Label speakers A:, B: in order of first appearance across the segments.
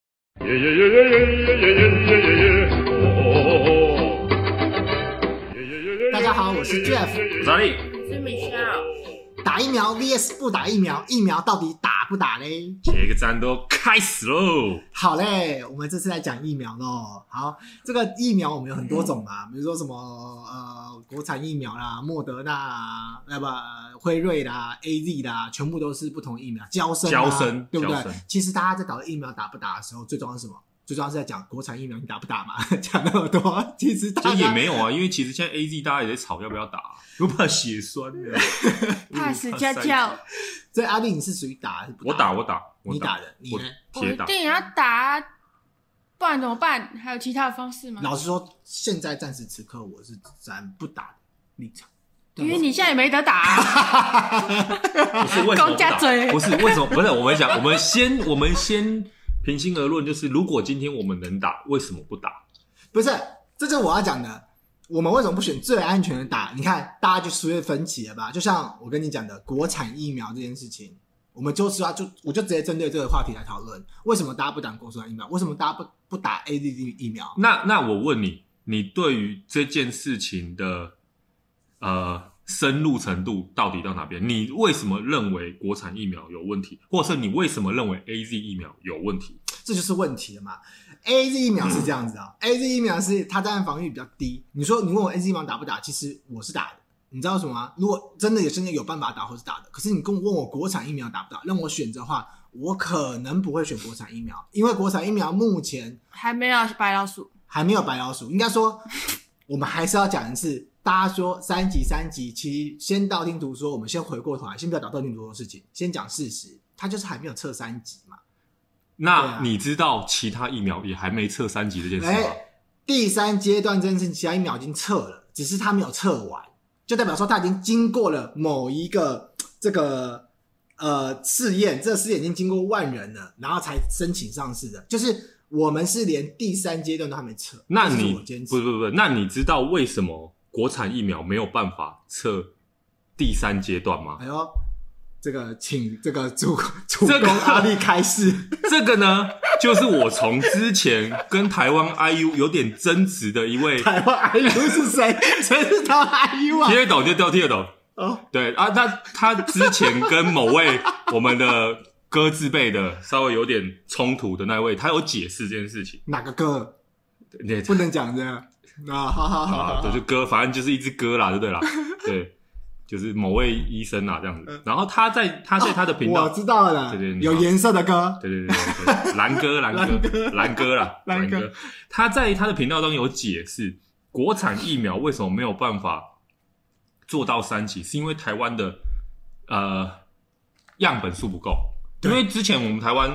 A: 耶耶耶耶耶耶耶耶耶耶耶！哦。
B: 大家好我是 Jeff
C: 咋地？
D: 是 Michelle，
B: 打疫苗 VS 不打疫苗，疫苗到底打不打嘞？
C: 这个战斗开始喽！
B: 好嘞，我们这次来讲疫苗喽。好，这个疫苗我们有很多种
C: 嗯
B: 嘛，比如说什么呃国产疫苗啦、莫德纳啊，呃不辉瑞啦、A Z 啦，全部都是不同疫苗。交生、啊，
C: 交生
B: 对不
C: 交
B: 对
C: 生？
B: 其实大家在讨论疫苗打不打的时候，最重要是什么？最重要是在讲国产疫苗你打不打嘛？ 讲那么多，其实大
C: 这
B: 家
C: 也没有啊，因为其实现在 A Z 大家也在吵要不要打，我怕血栓的，嗯
D: 怕死家教，
B: 所以阿丽你是属于打还是不
C: 我打我打我
B: 你打
C: 打
B: 的，你
C: 我
B: 呢
D: 我
C: 铁
D: 一
C: 打。
D: 定要打，不然怎么办？还有其他的方式吗？
B: 老实说，现在暂时此刻我是咱不打的立场，对
D: 因为你现在也没得打 啊，
C: 不是为什么不
D: 公家
C: 打？
D: 嘴
C: 不是为什么？不是我们讲，我们先我们先平心而论，就是如果今天我们能打，为什么不打？
B: 不是，这就是我要讲的。我们为什么不选最安全的打？你看，大家就出现分歧了吧？就像我跟你讲的，国产疫苗这件事情，我们就是要就我就直接针对这个话题来讨论，为什么大家不打国产疫苗？为什么大家不不打 A Z D 疫苗？
C: 那那我问你，你对于这件事情的呃深入程度到底到哪边？你为什么认为国产疫苗有问题，或者是你为什么认为 A Z 疫苗有问题？
B: 这就是问题了嘛。A Z 疫苗是这样子的、a 啊 Z 疫苗是它战防御比较低。你说你问我 A Z 疫苗打不打？其实我是打的，你知道为什么吗？如果真的有真的有办法打，或是打的，可是你跟我问我国产疫苗打不打，让我选择的话，我可能不会选国产疫苗，因为国产疫苗目前
D: 还没有白老 鼠，
B: 还没有白老鼠。应该说，我们还是要讲一次。大家说三级三级，其实先道听途说，我们先回过头来，先不要搞道听途说的事情，先讲事实，它就是还没有测三级嘛。对
C: 那
B: 啊
C: 你知道其他疫苗也还没测三级这件事吗？
B: 哎，第三阶段这件事情，其他疫苗已经测了，只是它没有测完，就代表说它已经经过了某一个这个呃试验，这个试验已经经过万人了，然后才申请上市的。就是我们是连第三阶段都还没测，
C: 那
B: 这是
C: 你
B: 我坚
C: 不
B: 持
C: 不不，那你知道为什么国产疫苗没有办法测第三阶段吗
B: 哎？呦，这个请这个主主
C: 这个
B: 公阿力开 示，
C: 这个呢，就是我从之前跟台湾 IU 有点争执的一位
B: 台湾 IU 是谁？谁是台湾 IU 啊
C: 听？得懂就听得懂，
B: 哦，
C: 对啊，那他之前跟某位我们的哥字辈的稍微有点冲突的那位，他有解释这件事情，
B: 哪个歌
C: 对，
B: 不能讲这样？啊，好好好
C: 啊
B: 好，，
C: 对，就哥，反正就是一只哥啦，对不对啦？ 对，就是某位医生啊啦这样子
B: 嗯。
C: 然后他在他在他的频道，
B: 我知道了，
C: 对对对
B: 有颜色的歌，
C: 对对对对对，蓝哥，蓝哥，蓝 哥啦，
B: 蓝
C: 蓝
B: 哥
C: 哥，他在他的频道中有解释，国产疫苗为什么没有办法做到三级，是因为台湾的呃样本数不够，因
B: 对
C: 为之前我们台湾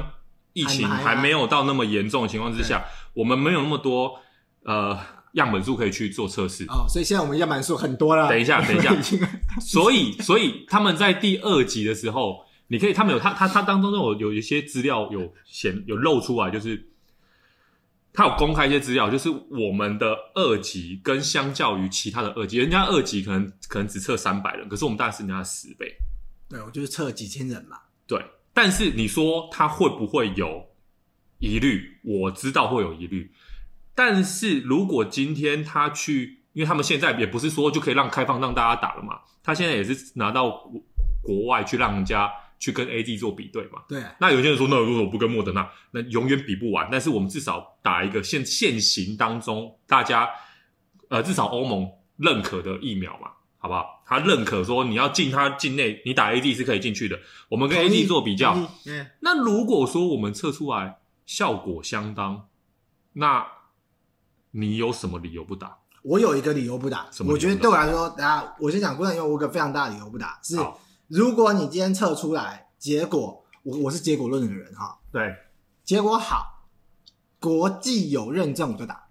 C: 疫情
B: 还还
C: 还没有到那么严重的情况之下，我们没有那么多呃样本数可以去做测试，
B: 哦，所以现在我们样板数很多了。
C: 等 一下等一下
B: 已经
C: 所以，所以他们在第二集的时候，你可以，他们有他他他当中有有一些资料有显有露出来，就是他有公开一些资料，就是我们的二级跟相较于其他的二级，人家二级可能可能只测三百人，可是我们大概是人家的十倍，
B: 对，我就是测了几千人嘛。
C: 对。但是你说他会不会有疑虑？我知道会有疑虑，但是如果今天他去，因为他们现在也不是说就可以让开放让大家打了嘛，他现在也是拿到国国外去让人家去跟 A D 做比对嘛。
B: 对，
C: 那有些人说，那如果我不跟莫德纳，那永远比不完。但是我们至少打一个现现行当中大家呃至少欧盟认可的疫苗嘛，好不好？他认可说你要进他境内，你打 A D 是可以进去的。我们跟 A
B: 同
C: D
B: 意
C: 做比较，
B: 同意嗯，
C: 那如果说我们测出来效果相当，那你有什么理由不打？
B: 我有一个理由不打
C: 什，么理由
B: 我觉得
C: 不打
B: 对我来说，啊，我先讲过程，因为我有个非常大的理由不打是，
C: 好
B: 如果你今天测出来结果，我我是结果论的人哈，
C: 对，
B: 结果好，国际有认证我就打。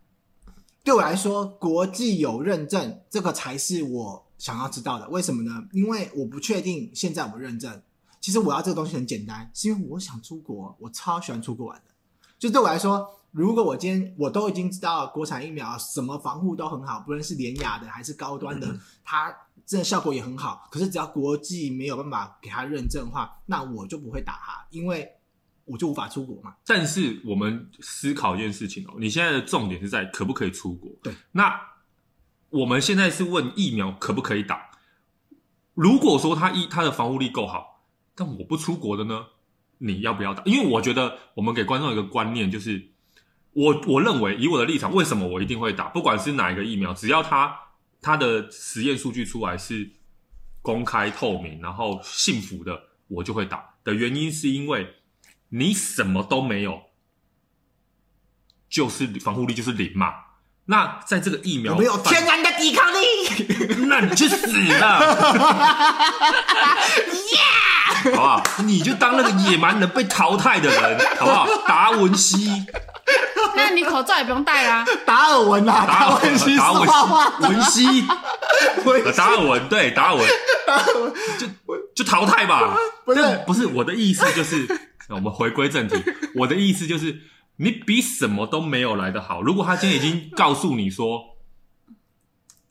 B: 对我来说，国际有认证这个才是我想要知道的。为什么呢？因为我不确定现在我不认证。其实我要这个东西很简单，是因为我想出国，我超喜欢出国玩的。就对我来说，如果我今天我都已经知道国产疫苗什么防护都很好，不论是廉雅的还是高端的，它真的效果也很好。可是只要国际没有办法给它认证的话，那我就不会打它，因为我就无法出国嘛。
C: 但是我们思考一件事情哦，你现在的重点是在可不可以出国？
B: 对，
C: 那我们现在是问疫苗可不可以打？如果说它一它的防护力够好，但我不出国的呢，你要不要打？因为我觉得我们给观众一个观念就是，我我认为以我的立场，为什么我一定会打？不管是哪一个疫苗，只要它它的实验数据出来是公开透明，然后信服的，我就会打。的原因是因为你什么都没有，就是防护力就是零嘛。那在这个疫苗
B: 我们有
C: 反
B: 天然的抵 抗力，
C: 那你去死了！好不好？你就当那个野蛮人被淘汰的人，好不好？达文西，
D: 那你口罩也不用戴啦。
B: 达尔文啊，
C: 达
B: 达
C: 尔
B: 文西
C: 文，
B: 是
C: 达文
B: 画画
C: 西，
B: 的，
C: 文西，
B: 文
C: 呃达尔文，对，达尔文，就就淘汰吧。
B: 不是
C: 但不是我的意思，就是我们回归正题。我的意思就是，你比什么都没有来的好。如果他今天已经告诉你说，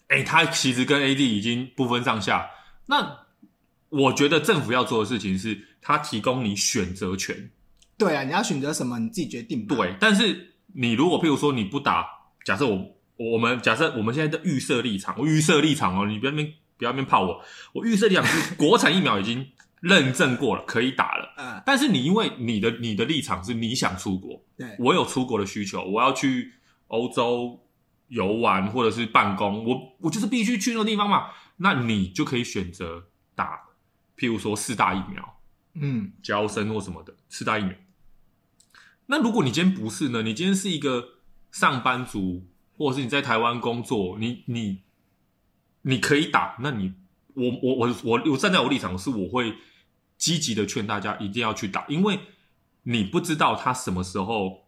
C: 哎、他其实跟 AD 已经不分上下，那我觉得政府要做的事情是，他提供你选择权。
B: 对啊，你要选择什么你自己决定吧。
C: 对，但是你如果譬如说你不打，假设我我们假设我们现在的预设立场，我预设立场哦，你不要那边不要那边泡我，我预设立场是国产疫苗已经认证过了，可以打了。
B: 呃，
C: 但是你因为你的你的立场是你想出国，
B: 对，
C: 我有出国的需求，我要去欧洲游玩或者是办公，我我就是必须去那个地方嘛。那你就可以选择打，譬如说四大疫苗，
B: 嗯，
C: 交生或什么的，四大疫苗。那如果你今天不是呢？你今天是一个上班族，或者是你在台湾工作，你你你可以打，那你我我我我我站在我立场是，我会积极的劝大家一定要去打，因为你不知道他什么时候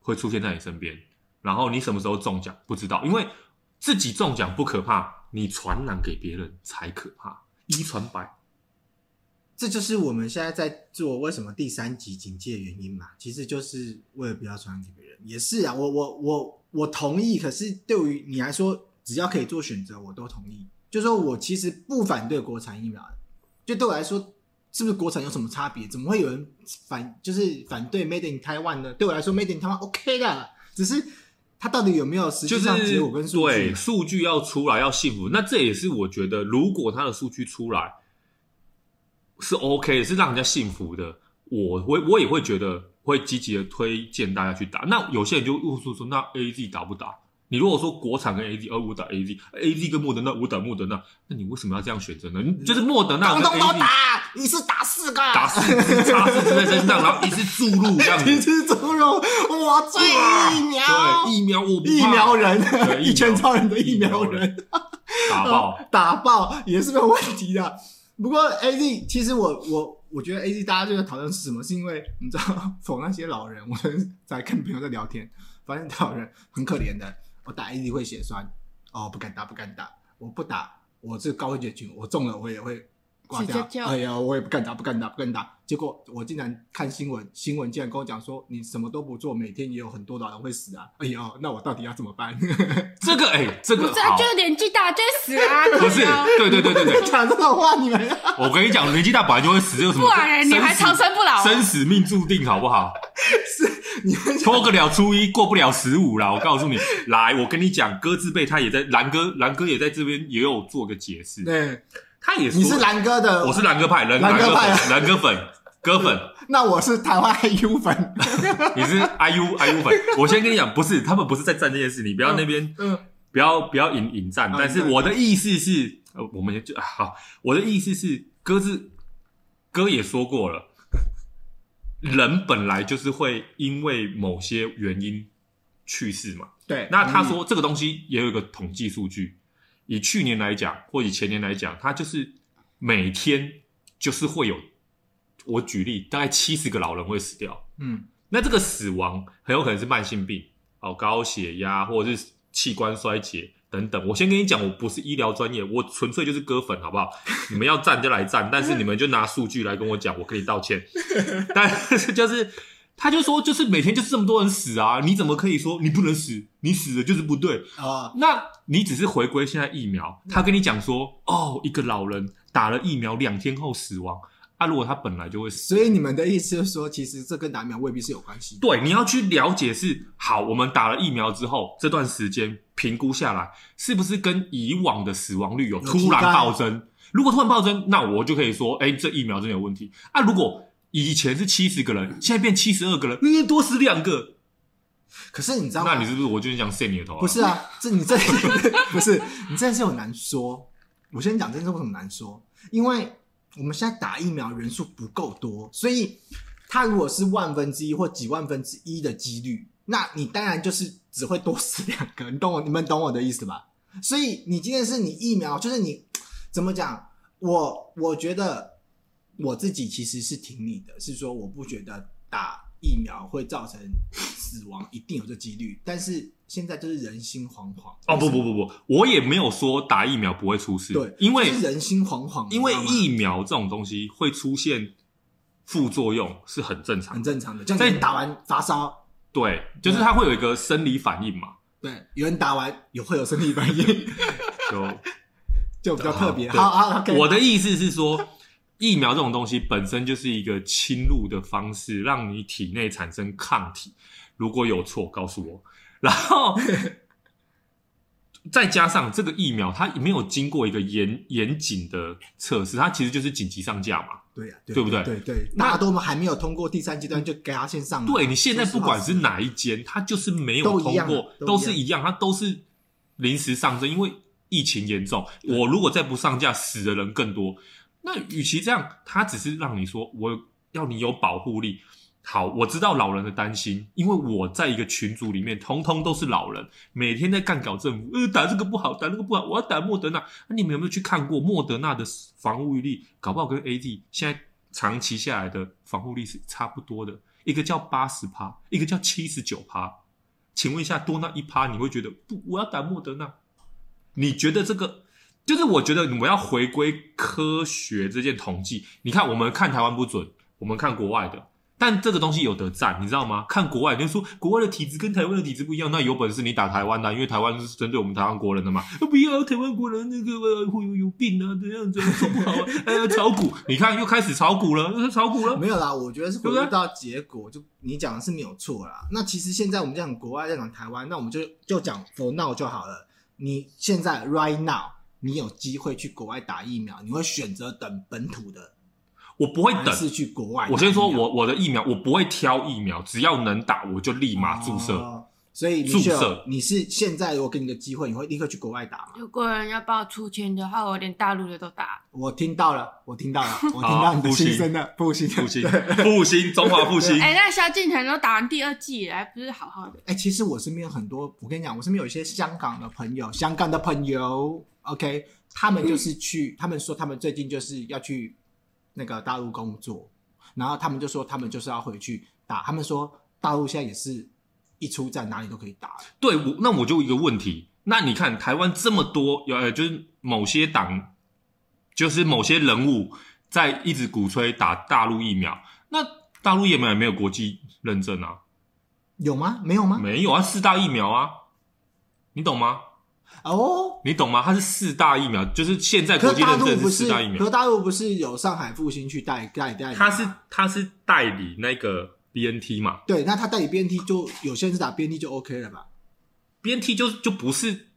C: 会出现在你身边，然后你什么时候中奖不知道，因为自己中奖不可怕，你传染给别人才可怕，一传百。
B: 这就是我们现在在做为什么第三级警戒的原因嘛，其实就是为了不要传染给别人。也是啊，我我我我同意，可是对于你来说，只要可以做选择，我都同意。就说我其实不反对国产疫苗的，就对我来说，是不是国产有什么差别？怎么会有人反就是反对 Made in Taiwan 呢？对我来说，Made in Taiwan OK 的，只是它到底有没有实际
C: 就是
B: 上结果跟数据
C: 对
B: 嘛？
C: 数据要出来要幸福，那这也是我觉得，如果他的数据出来是 OK 的，是让人家幸福的，我会我也会觉得会积极的推荐大家去打。那有些人就问说说，那 AZ 打不打？你如果说国产跟 AZ，而我打 AZ，AZ 跟莫德纳，我打莫德纳，那你为什么要这样选择呢？你就是莫德纳
B: 通
C: 跟
B: 嗯通都
C: AZ
B: 打，一次打四个，啊
C: 打四支插四支在身上，然后一次注入这样
B: 你
C: 子，
B: 是猪肉，我最疫苗，
C: 对疫苗我不怕
B: 疫苗
C: 对
B: 人，
C: 疫苗
B: 一拳超人的疫苗
C: 疫苗人
B: 人， 哦
C: 打
B: 嗯打
C: 爆。
B: 爆也是没有问题的。不过 A Z，其实我我我觉得 A Z 大家就在讨论是什么，是因为你知道否那些老人，我昨天在跟朋友在聊天，发现老人很可怜的，我打 A Z 会血栓，哦不敢打不敢打，我不打我是高危险群，我中了我也会挂
D: 直接
B: 掉，
D: 叫
B: 哎呀我也不敢打不敢打不敢打，结果我竟然看新闻，新闻竟然跟我讲说你什么都不做，每天也有很多老人会死啊，哎呦那我到底要怎么 办？
C: 这个哎、这
D: 不
C: 个
D: 是啊，
C: 好
D: 就，是年纪大就会死啊。
C: 不是，对对对对对，
B: 讲这种话你们啊要。
C: 我跟你讲，年纪大本来就会死，这有什么？
D: 不然你还
C: 生死
D: 长生不老啊。
C: 生死命注定，好 不好？
B: 你们
C: 拖个了初一，过不了十五啦。我告诉你，来，我跟你讲，鸽子贝他也在，蓝哥，蓝哥也在这边也有做个解释，
B: 对，
C: 他也说
B: 你是，蓝哥的，
C: 我是蓝哥派，蓝
B: 蓝
C: 蓝
B: 哥
C: 哥
B: 派啊
C: 粉，蓝哥粉，哥粉，
B: 那我是台湾 IU 粉。
C: 你是 IU IU 粉。我先跟你讲，不是，他们不是在站这件事，你不要那边
B: 嗯，
C: 不要不要引哦引战
B: 啊，
C: 但是
B: 对
C: 我的意思是，呃，我们也就啊好，我的意思是，哥是哥也说过了，人本来就是会因为某些原因去世嘛。
B: 对。
C: 那他说这个东西也有一个统计数据，以去年来讲，或以前年来讲，他就是每天就是会有，我举例，大概七十个老人会死掉。
B: 嗯，
C: 那这个死亡很有可能是慢性病，哦，高血压或者是器官衰竭等等。我先跟你讲，我不是医疗专业，我纯粹就是割粉，好不好？你们要站就来站，但是你们就拿数据来跟我讲，我跟你道歉。但是就是，他就说，就是每天就是这么多人死啊，你怎么可以说你不能死？你死了就是不对。
B: 嗯哦，
C: 那你只是回归现在疫苗，他跟你讲说，哦，一个老人打了疫苗两天后死亡。啊，如果他本来就会死，
B: 所以你们的意思是说，其实这跟打疫苗未必是有关系的。
C: 对，你要去了解是好，我们打了疫苗之后这段时间评估下来，是不是跟以往的死亡率有突然暴增？如果突然暴增，那我就可以说，哎、这疫苗真的有问题啊！如果以前是七十个人，现在变七十二个人，嗯，多死两个，
B: 可是你知道吗？
C: 那你是不是我就是想扇你的头、啊？
B: 不是啊，这你这不是 你这件事很难说。我先讲这件事为什么难说，因为我们现在打疫苗人数不够多，所以它如果是万分之一或几万分之一的几率，那你当然就是只会多死两个。你懂我，你们懂我的意思吧？所以你今天是你疫苗，就是你怎么讲？我我觉得我自己其实是挺你的，是说我不觉得打疫苗会造成死亡，一定有这几率。但是现在就是人心惶惶。
C: 哦，不不不不，我也没有说打疫苗不会出事，
B: 对，
C: 因为
B: 就是人心惶惶，
C: 因为
B: 你知道吗
C: 疫苗这种东西会出现副作用是很正常
B: 很
C: 的，
B: 正常的，像你
C: 在
B: 打完发烧，
C: 对，就是它会有一个生理反应嘛，
B: 对，有人打完也会有身体反应，
C: 就。
B: 就比较特别。
C: 啊好对
B: 好好，好可以
C: 我的意思是说，疫苗这种东西本身就是一个侵入的方式，让你体内产生抗体。如果有错，告诉我。然后 再加上这个疫苗，它没有经过一个严严谨的测试，它其实就是紧急上架嘛。
B: 对呀，
C: 对不对
B: 对对，
C: 那
B: 大家都还没有通过第三阶段就给他线上了，啊
C: 对你现在不管是
B: 说实话
C: 哪一间，它就是没有
B: 都
C: 通
B: 一样
C: 过
B: 啊，都
C: 都
B: 一
C: 是
B: 样
C: 一样，它都是临时上阵，因为疫情严重，我如果再不上架，死的人更多。那与其这样，它只是让你说我要你有保护力。好，我知道老人的担心，因为我在一个群组里面，通通都是老人，每天在干搞政府，呃，打这个不好，打那个不好，我要打莫德纳。那、你们有没有去看过莫德纳的防护力？搞不好跟 A D 现在长期下来的防护力是差不多的，一个叫八十趴，一个叫七十九趴。请问一下，多那一趴，你会觉得不？我要打莫德纳。你觉得这个就是？我觉得我们要回归科学这件统计。你看，我们看台湾不准，我们看国外的，但这个东西有得赞，你知道吗？看国外就是说国外的体制跟台湾的体制不一样，那有本事你打台湾的啊、因为台湾是针对我们台湾国人的嘛。啊不要台湾国人那个会有有病啊，怎样怎样做不好啊？哎呀，炒股，你看又开始炒股了，又炒股 了。
B: 没有啦，我觉得是回
C: 对啊不
B: 归
C: 对
B: 到结果，就你讲的是没有错啦。那其实现在我们讲国外在讲台湾，那我们就就讲 for now 就好了。你现在 right now，你有机会去国外打疫苗，你会选择等本土的，
C: 我不会
B: 还
C: 等，
B: 是去国外打疫苗？
C: 我先说我我的疫苗，我不会挑疫苗，只要能打我就立马注射。
B: 哦所以
C: 注射
B: Michelle，你是现在如果给你个机会，你会立刻去国外打吗？
D: 如果有人要帮我出钱的话，我连大陆的都打。
B: 我听到了，我听到了， 我听到你的
C: 啊不行
B: 心声了，不行
C: 复兴
B: 对，
C: 复兴，中华复兴。
D: 哎、那萧敬腾都打完第二季了，还不是好好的？
B: 哎、其实我身边很多，我跟你讲，我身边有一些香港的朋友，香港的朋友，OK，他们
C: 嗯
B: 就是去，他们说他们最近就是要去那个大陆工作，然后他们就说他们就是要回去打，他们说大陆现在也是一出站哪里都可以打，
C: 对，我那我就一个问题，那你看台湾这么多，呃，就是某些党，就是某些人物在一直鼓吹打大陆疫苗，那大陆疫苗也没有国际认证啊，
B: 有吗？没有吗？
C: 没有啊，四大疫苗啊，你懂吗？
B: 哦，
C: 你懂吗？它是四大疫苗，就是现在国
B: 可
C: 际
B: 是大
C: 认
B: 陆
C: 证
B: 不
C: 是
B: 是，
C: 四大疫苗
B: 可，是大陆不是有上海复兴去代代代理吗，
C: 它是它是代理那个 BNT 嘛
B: 对，那他代理 BNT 就有些人是打 BNT 就 OK 了吧？
C: ，BNT 就就不是。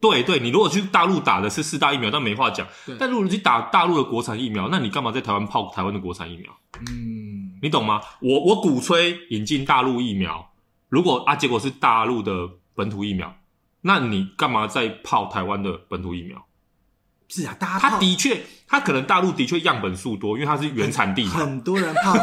C: 对对，你如果去大陆打的是四大疫苗，那没话讲
B: 对。
C: 但如果你去打大陆的国产疫苗，那你干嘛在台湾泡台湾的国产疫苗？
B: 嗯，
C: 你懂吗？我我鼓吹引进大陆疫苗，如果啊结果是大陆的本土疫苗，那你干嘛再泡台湾的本土疫苗？
B: 是啊，大家
C: 它
B: 泡
C: 的确，它可能大陆的确样本数多，因为它是原产地嘛，
B: 很多人 泡，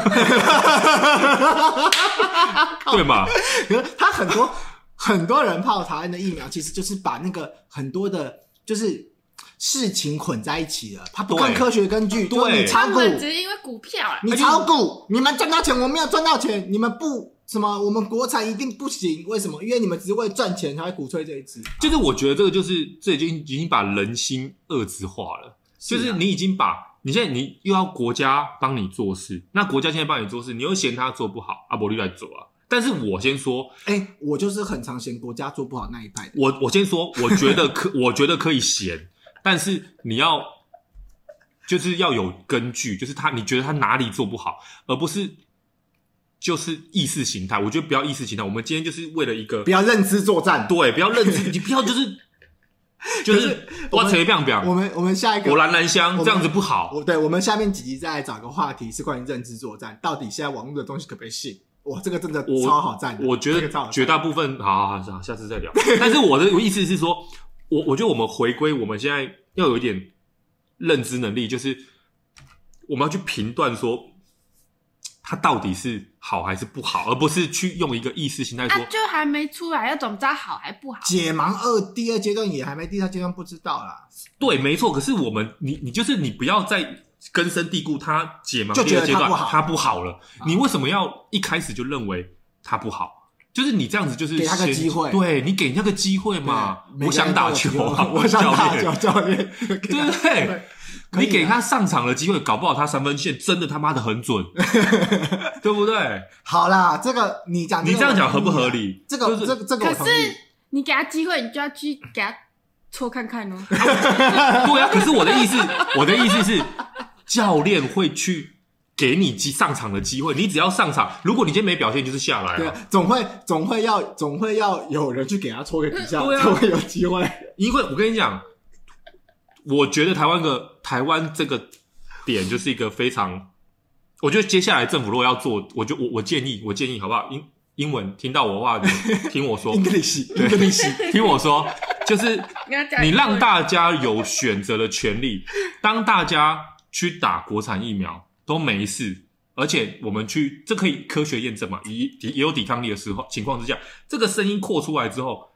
C: 对 吧？
B: 可是他很多 很多人泡台湾的疫苗，其实就是把那个很多的，就是事情混在一起了，他不看
C: 对
B: 科学根据，
C: 对
B: 就是你
D: 他
B: 炒股，
D: 们只是因为股票啊啦。
B: 你炒股，你们赚到钱，我没有赚到钱，你们不。什么？我们国产一定不行？为什么？因为你们只是为赚钱才会鼓吹这一支。
C: 就是我觉得这个就是这已经已经把人心恶质化了，
B: 是啊
C: 就是你已经把你现在你又要国家帮你做事，那国家现在帮你做事，你又嫌他做不好，阿伯利来做啊。但是我先说，
B: 哎、我就是很常嫌国家做不好那一派的。
C: 我我先说，我觉得可，我觉得可以闲，但是你要就是要有根据，就是他你觉得他哪里做不好，而不是就是意识形态。我觉得不要意识形态，我们今天就是为了一个
B: 不要认知作战。
C: 对，不要认知，你不要就是 就是我扯一棒
B: 我
C: 棒，
B: 们我们下一个
C: 啊我兰兰香
B: 我们
C: 这样子不好。
B: 我对我们下面几集再来找个话题是关于认知作战，到底现在网络的东西可不可以信？哇，这个真的
C: 我
B: 超好赞的，
C: 我觉
B: 这个超好
C: 得
B: 赞
C: 绝大部分，好好好，下次再聊。 但是我的意思是说，我我觉得我们回归我们现在要有一点认知能力，就是我们要去评断说它到底是好还是不好，而不是去用一个意识形态
D: 啊
C: 说，，
D: 就还没出来，要怎么知道好还不好？
B: 解盲二第二阶段也还没，第三阶段不知道啦，
C: 对，没错。可是我们，你你就是你不要再根深蒂固，它解盲
B: 就
C: 第
B: 觉
C: 二
B: 得
C: 阶段
B: 它不好啊
C: 它不好了，你为什么要一开始就认为它不好？就是你这样子，就是
B: 给他个
C: 先
B: 机会
C: 对你给那个机会嘛
B: 对。每
C: 我
B: 个人
C: 想打
B: 都有
C: 球
B: 机会
C: 啊，
B: 我想打
C: 教
B: 球，
C: 练
B: 教练，对
C: 对不对？
B: 可以啊
C: 你给他上场的机会，搞不好他三分线真的他妈的很准， 对不对？
B: 好啦，这个你讲，
C: 你这样讲合不合理
B: 啊这个
C: 就是
B: 这个这个我
D: 可
B: 同
D: 是
B: 意。
D: 你给他机会，你就要去给他戳 看看哦。
C: 对啊，可是我的意思，我的意思是，教练会去给你机上场的机会，你只要上场，如果你今天没表现，就是下来
B: 对
C: 啊。
B: 啊，总会总会要总会要有人去给他戳个底下，
C: 对啊
B: 才会有机会。
C: 因为我跟你讲，我觉得台湾的台湾这个点就是一个非常，我觉得接下来政府如果要做，我就我我建议，我建议好不好？英英文听到我的话，你听我 说，
B: English English，
C: 听我说，就是
D: 你要讲
C: 你让大家有选择的权 利。当大家去打国产疫苗都没事，而且我们去这可以科学验证嘛，也也有抵抗力的时候情况之下，这个声音扩出来之后，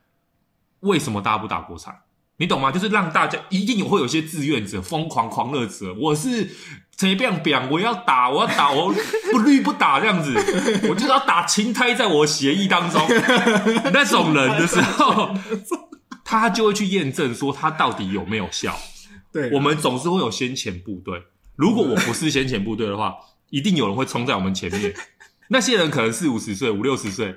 C: 为什么大家不打国产？你懂吗？就是让大家一定有会有一些志愿者、疯狂狂热者，我是谁变变，我要打，我要打，我不绿不打这样子，我就是要打青苔在我协议当 中那种人的时候，他就会去验证说他到底有没有效。
B: 对，啊
C: 我们总是会有先遣部队，如果我不是先遣部队的话，一定有人会冲在我们前 面。那些人可能四五十岁、五六十岁，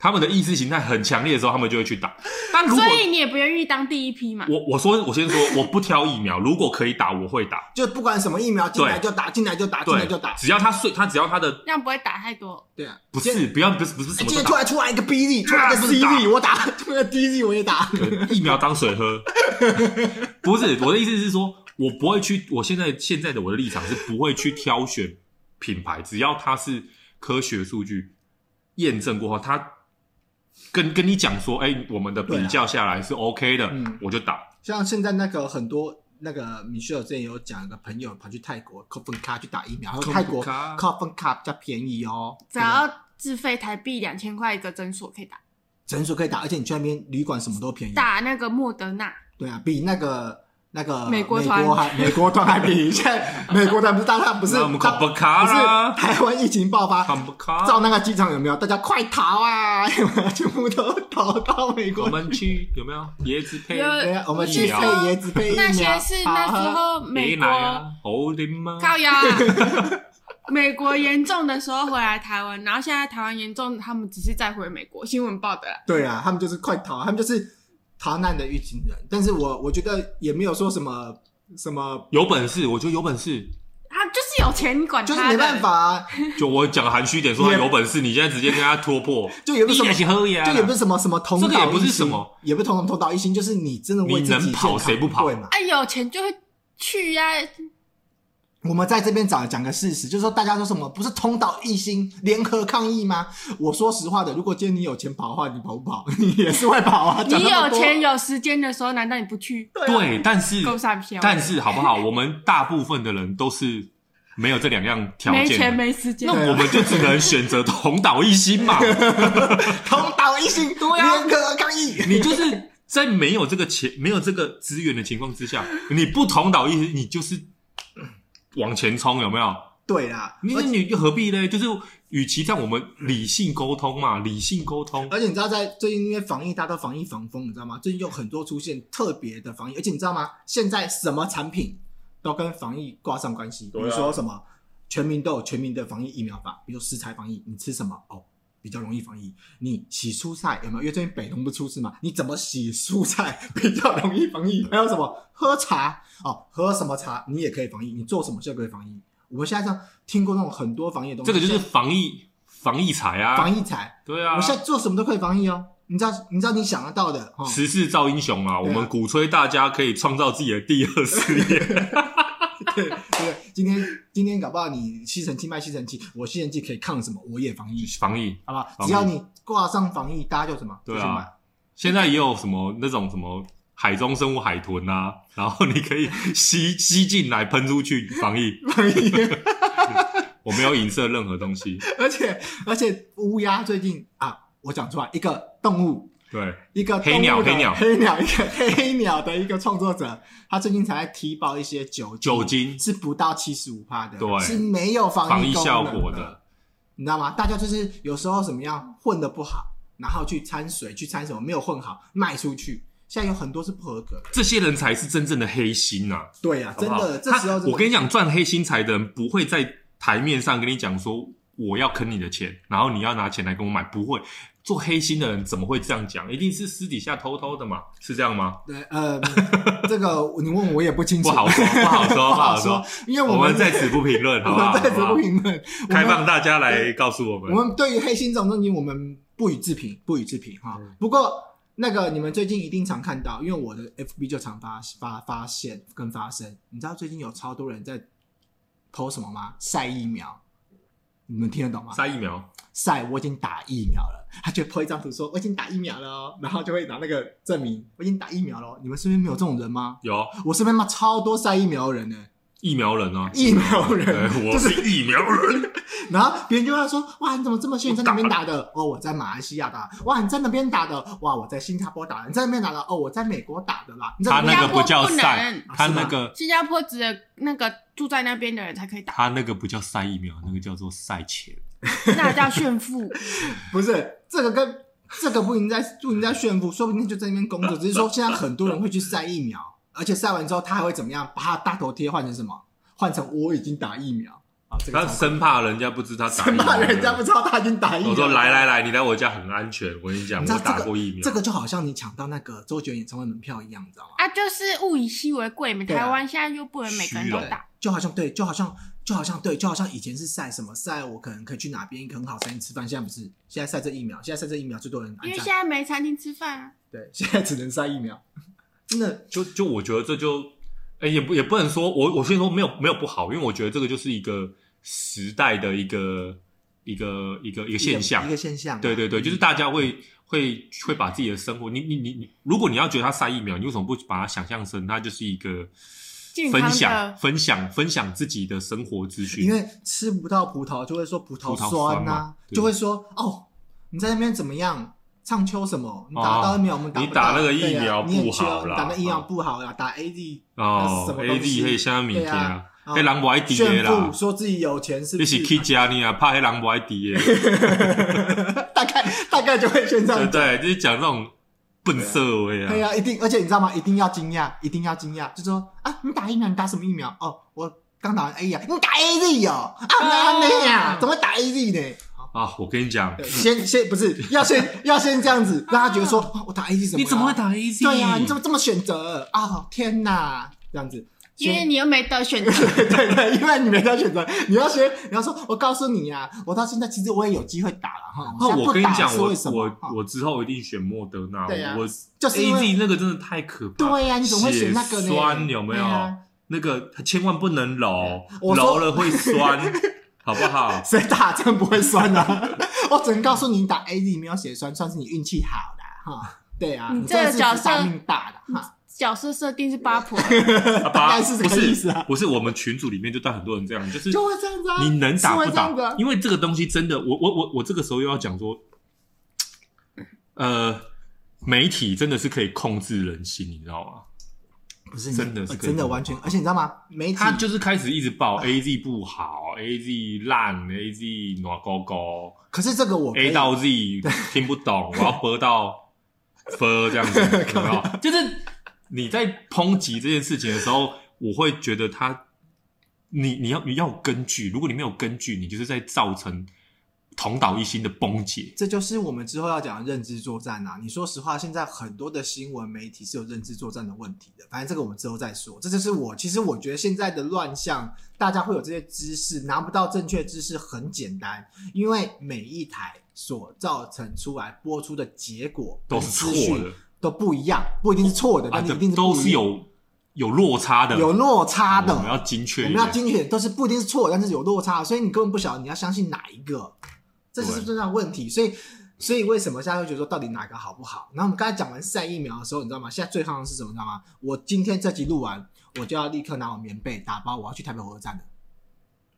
C: 他们的意识形态很强烈的时候，他们就会去打。但如果
D: 所以你也不愿意当第一批
B: 嗯
D: 嘛？
C: 我我说我先说，我不挑疫苗，如果可以打，我会打。
B: 就不管什么疫苗进来就
C: 对
B: 打，进来就打，进来
C: 对
B: 就打，
C: 只要他睡，他只要他的
D: 那样不会打太多。
B: 对啊。
C: 不
B: 今
C: 是
B: 天
C: 不要不是不是什
B: 啊今
C: 么
B: 天
C: 都
B: 突
C: 打，
B: 然出来一个 BZ，出来一个
C: 啊是打
B: CZ，我打； 突然 DZ 我也打。
C: 对疫苗当水喝。 不是我的意思是说，我不会去，我现在现在的我的立场是不会去挑选品牌，只要它是科学数据验证过后，它跟跟你讲说，哎、我们的
B: 对
C: 比
B: 啊
C: 较下来是 OK 的，
B: 嗯
C: 我就打。
B: 像现在那个很多那个米歇尔之前有讲，一个朋友跑去泰国科芬卡去打疫苗，他说泰国
C: 科芬卡
B: 科芬卡比较便宜哦，
D: 只要自费台币两千块一个诊所可以打，
B: 诊所可以打，而且你去那边旅馆什么都便宜，
D: 打那个莫德纳，
B: 对啊，比那个。那个
D: 美国
B: 美
D: 团
B: 国 还美国团还便宜，现在美国团不是大家不是
C: 那我们啊
B: 大
C: 科芬卡
B: 不
C: 啦
B: 是台湾疫情爆发，
C: 看不看？
B: 照那个机场有没有？大家快逃啊！ 全部都逃到美国
C: 我。们去有没有椰子配？
D: 有
B: 对啊，我们
C: 疫
B: 去配
C: 苗
B: 椰子配疫苗，
D: 那些是那时
B: 好喝
D: 候美
C: 别
D: 国
C: 来啊，好的吗？
D: 靠腰啊，美国严重的时候回来台湾，然后现在台湾严重，他们只是再回美国，新闻报的啦。
B: 对啊，他们就是快逃，他们就是逃难的预警人。但是我我觉得也没有说什么什么，
C: 有本事，我觉得有本事。
D: 他就是有钱，你管他
B: 就是
D: 的
B: 没办法、啊，
C: 就我讲含蓄一点，说他
B: 也
C: 有本事，你现在直接跟他突破，
B: 就也不是什
C: 你也是
B: 么，
C: 喝呀，
B: 就也不是什么什么同
C: 啊这
B: 道
C: 个也不是
B: 一心
C: 什么，
B: 也不是同同道一心，就是你真的为
C: 你
B: 自己
C: 能跑
B: 健康
C: 谁不跑
B: 对嘛？
D: 啊，有钱就会去呀、
B: 我们在这边讲讲个事实，就是说大家说什么不是同道一心联合抗议吗？我说实话的，如果今天你有钱跑的话，你跑不 跑？你也是会跑啊。
D: 你
B: 讲那么
D: 有
B: 多
D: 钱有时间的时候，难道你不去？
C: 对，但是
D: 够上票
C: 但是好不好？我们大部分的人都是没有这两样条
D: 没钱
C: 件的，
D: 没时间
C: 那，我
B: 啊
C: 们就只能选择同岛一心嘛。
B: 同道一心，
C: 对啊
B: 联合抗议。
C: 你就是在没有这个钱、没有这个资源的情况之下，你不同岛一心，你就是往前冲，有没有？
B: 对啊啦，
C: 你
B: 而且
C: 你又何必呢？就是与其这样，我们理性沟通嘛，理性沟通。
B: 而且你知道，在最近因为防疫，大家都防疫防风，你知道吗？最近有很多出现特别的防疫，而且你知道吗？现在什么产品都跟防疫挂上关系，比
C: 对啊
B: 如说什么全民都有全民的防疫疫苗法，比如说食材防疫，你吃什么哦，比较容易防疫。你洗蔬菜有没有？因为最近北农不出事嘛，你怎么洗蔬菜 比较容易防疫？还有什么喝茶哦，喝什么茶你也可以防疫，你做什么就可以防疫。我们现在上听过那种很多防疫的东西，
C: 这个就是
B: 现在
C: 防疫防疫财啊，
B: 防疫材。
C: 对啊，
B: 我现在做什么都可以防疫哦。你知道，你知道你想得到的哦，
C: 时势造英雄啊，我们鼓吹大家可以创造自己的第二事业。
B: 对对。今天今天搞不好你吸尘器卖吸尘器，我吸尘器可以抗什么？我也防疫，
C: 防疫
B: 好吧？
C: 防疫
B: 只要你挂上防疫，大家就什么？
C: 对
B: 就去买
C: 啊，现在也有什么那种什么海中生物海豚啊， 然后你可以吸吸进来喷出去 防疫。
B: 防疫。
C: 我没有影射任何东西，
B: 而且而且乌鸦最近啊，我讲出来一个动物，
C: 对，
B: 一个
C: 黑
B: 动
C: 鸟
B: 物的黑
C: 黑鸟
B: 鸟，一个黑鸟的一个创作者，他最近才在踢爆一些酒
C: 酒精
B: 是不到七十五帕的，
C: 对
B: 是没有防
C: 防疫
B: 功
C: 效
B: 能
C: 果
B: 的
C: 的，，
B: 你知道吗？大家就是有时候怎么样混的不好，然后去掺水去掺什么没有混好卖出去，现在有很多是不合格的。
C: 这些人才是真正的黑心呐、啊。
B: 对呀、
C: 好
B: 真
C: 不好
B: 的，这
C: 他
B: 时候真的
C: 我跟你讲，赚黑心财的人不会在台面上跟你讲说我要坑你的钱，然后你要拿钱来跟我买，不会。做黑心的人怎么会这样讲？一定是私底下偷偷的嘛，是这样吗？
B: 对呃，这个你问我也不清楚，
C: 不好说，不好说，
B: 不
C: 不好
B: 说
C: 说。，
B: 因为
C: 我
B: 们
C: 们在此不评 论，
B: 我
C: 好不好？
B: 们在此不
C: 好不好
B: 评论，我们
C: 开放大家来告诉我们。
B: 我们对于黑心这种东西，我们不予置评，不予置评哈
C: 嗯。
B: 不过那个你们最近一定常看到，因为我的 FB 就常发发发现跟发生，你知道最近有超多人在 PO 什么吗？晒疫苗，你们听得懂吗？
C: 杀疫苗，
B: 晒我已经打疫苗了， 他就 PO 一张图说我已经打疫苗了哦，然后就会拿那个证明我已经打疫苗了哦。你们身边没有这种人吗？
C: 有
B: 我身边嘛超多晒疫苗的人呢、
C: 疫苗人啊，
B: 疫苗人
C: 对
B: 就
C: 我
B: 是
C: 是疫苗人，
B: 然后别人就会说：“哇，你怎么这么幸运？在那边打的？哦，我在马来西亚打。哇，你在那边打的？哇，我在新加坡打的。你在那边打的？哦，我在美国打的啦。 你在
C: 他
B: 那边
C: 那
B: 打
C: 个
B: 的
C: 不叫
D: 新加坡不
C: 晒
D: 能，
C: 他那个
D: 新加坡只有那个住在那边的人才可 以打，
C: 他那个不叫晒疫苗，那个叫做晒钱。
D: 那叫炫富。
B: 不是这个跟这个不应该不应该炫富，说不定就在那边工 作。只是说现在很多人会去晒疫苗，而且晒完之后他还会怎么样？把他的大头贴换成什么？换成我已经打疫苗啊！这个
C: 他
B: 超
C: 生怕人家不知他打疫
B: 生
C: 苗，
B: 怕人家不知道他已经打疫苗。
C: 我说来来。来，你来我家很安全，我跟你讲，
B: 你知道
C: 我
B: 这个
C: 打过疫苗。
B: 这个就好像你抢到那个周杰伦演唱会门票一样，你知道吗？
D: 啊，就是物以稀为贵嘛。
B: 对啊
D: 台湾现在又不能每个人都
C: 虚
D: 打，
B: 就好像对，就好像就好像对，就好像以前是晒什么晒，我可能可以去哪边很好餐厅吃饭，现在不是，现在晒这疫苗，现在晒这疫苗最多人
D: 因为
B: 按
D: 现
B: 赞，
D: 在没餐厅吃饭啊。
B: 对，现在只能晒疫苗，真的
C: 就就我觉得这就，哎、也不也不能说我我先说没有没有不好，因为我觉得这个就是一个时代的一个一个一个一个现
B: 一
C: 象
B: 个一。个现象啊，
C: 对对对，就是大家会会会把自己的生活，你你你你，如果你要觉得它晒疫苗，你为什么不把它想象成它就是一个
D: 健康的
C: 分享分享分享自己的生活资讯？
B: 因为吃不到葡萄就会说葡萄
C: 葡萄
B: 酸
C: 酸
B: 呐、
C: 嘛对
B: 就会说哦，你在那边怎么样？唱秋什么？你打到疫苗，我们打
C: 哦你
B: 不到
C: 打那个疫
B: 对啊
C: 苗不
B: 你很秋
C: 好啦
B: 你打那疫苗不好啦，打 AZ 那是什
C: 哦
B: 么
C: ，A
B: 东
C: D
B: 西
C: 黑虾米
B: 对
C: 啊
B: 啊，，
C: 黑狼不爱滴
B: 炫
C: 啦
B: 富，说自己有钱是不
C: 你是去家呢啊，怕黑狼不爱滴 耶。
B: 大概大概就会先这样
C: 对对，就是讲那种笨社会
B: 啊对
C: 啊。
B: 呀、一定，而且你知道吗？一定要惊讶，一定要惊讶，就说啊，你打疫苗，你打什么疫苗？哦，我刚打完 A 呀、你打 A Z 哦，啊，那那呀，怎么会打 A Z 呢？好
C: 啊，我跟你讲
B: 对，先先不是要先 要先这样子，让他觉得说，啊我打 A Z 什么？？
C: 打 A Z
B: 对呀、你怎么这么选择？啊、天哪，这样子，
D: 因为
B: 先
D: 你又没得选择，
B: 对对对，因为你没得选择，你要先你要说，我告诉你呀、我到现在其实我也有机会打了哈。
C: 那
B: 现在
C: 我
B: 不
C: 跟你
B: 打
C: 讲，
B: 是
C: 我
B: 为什么
C: 我
B: 哈
C: 我之后一定选莫德纳。
B: 对啊
C: 我
B: 就是因为
C: A Z 那个真的太可怕。
B: 对呀、啊你怎么会选那个呢？
C: 啊血栓有没有
B: 对啊？
C: 那个千万不能揉，
B: 我说
C: 揉了 会酸，好不好？
B: 谁打针不会酸啊？ 我只能告诉你，你打 A Z 没有血栓，算是你运气好啦。哈。对啊，
D: 你
B: 你
D: 这个
B: 真的是
D: 角
B: 只打
D: 色
B: 命大的哈。
D: 角色设定是 八婆，
C: 啊
B: 大概
C: 吧
B: 是这
C: 不
B: 个意思啊
C: 不是我们群组里面就带很多人这样，就是
B: 就会这样子啊
C: 你能打
B: 是
C: 不
B: 会这样子啊
C: 打？因为这个东西真的，我我我我这个时候又要讲说，呃，媒体真的是可以控制人心，你知道吗？
B: 不是你
C: 真的是
B: 呃
C: 可以
B: 真的完全，而且你知道吗？媒体
C: 他就是开始一直报 A Z 不好，A Z 烂，A Z 暖高高
B: 可是这个我可以
C: ，A 到 Z 听不懂，我要播到 f 这样 子，有没有？就是你在抨击这件事情的时候，我会觉得他，你你要你要有根据，如果你没有根据，你就是在造成同岛一心的崩解。
B: 这就是我们之后要讲的认知作战啊。你说实话，现在很多的新闻媒体是有认知作战的问题的。反正这个我们之后再说。这就是我，其实我觉得现在的乱象，大家会有这些知识，拿不到正确知识很简单，因为每一台所造成出来播出的结果
C: 都是
B: 资
C: 错
B: 讯
C: 的
B: 都不一样，不一定是错的，
C: 啊，
B: 但
C: 这
B: 是一定是
C: 都
B: 不一
C: 是
B: 样
C: 有有落差的，
B: 有落差的。
C: 我们要精确
B: 我们
C: 一点，
B: 要精确，都是不一定是错，但是有落差，所以你根本不晓得你要相信哪一个，这就是
C: 对
B: 最大的问题。所以，所以为什么现在会觉得说到底哪个好不好？然后我们刚才讲完晒疫苗的时候，你知道吗？现在最夯的是什么？你知道吗？我今天这集录完，我就要立刻拿我棉被打包，我要去台北火车站了，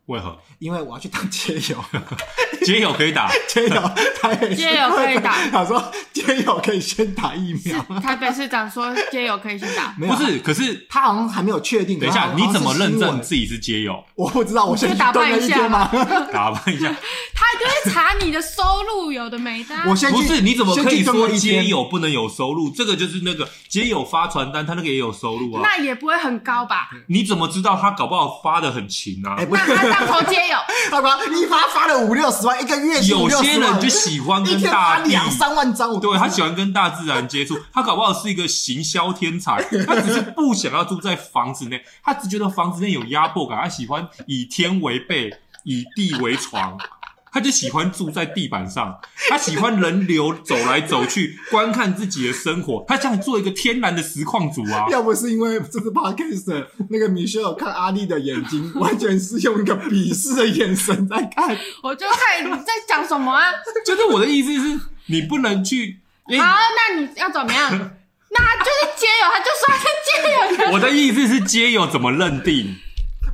C: 为何？
B: 因为我要去当街友，
C: 街友可以打，
B: 街友台北
D: 街友可以打
B: 他说街友可以先打疫苗，
D: 台北市长说街友可以先打，
B: 没有啊
C: 不。是？可是
B: 他好像还没有确定。
C: 等一
B: 可是
C: 下，
B: 好
C: 你怎么
B: 好像是
C: 认
B: 新闻
C: 证自己是街友？
B: 我不知道，我先
D: 你
B: 去
D: 就打扮
B: 蹲了
D: 一下
B: 天吗？
C: 打扮一下，
D: 他就会查你的收入，有的没的啊。
B: 我先去
C: 不是？你怎么可
B: 先
C: 以
B: 去蹲
C: 说
B: 了一天
C: 街友不能有收入？这个就是那个街友发传单，他那个也有收入啊。
D: 那也不会很高吧？
C: 你怎么知道他搞不好发的很勤啊
B: 哎，？不
D: 那
B: 是，
D: 他当头街友，
B: 大哥一发发了五六十万，一个月是
C: 有
B: 五六
C: 些
B: 十万
C: 人就喜欢
B: 一
C: 跟
B: 天发
C: 大地
B: 两三万张，我
C: 对他喜欢跟大自然接触，他搞不好是一个行销天才，他只是不想要住在房子内，他只觉得房子内有压迫感，他喜欢以天为被，以地为床，他就喜欢住在地板上，他喜欢人流走来走去，观看自己的生活，他想做一个天然的实况主啊。
B: 要不是因为这是 podcast，那个米歇尔看阿丽的眼睛，完全是用一个鄙视的眼神在看。
D: 我就看你在讲什么啊？
C: 就是我的意思是，你不能去，因为
D: 好，那你要怎 么样？那他就是街友，他就说他是街友。
C: 我的意思是街友怎么认定？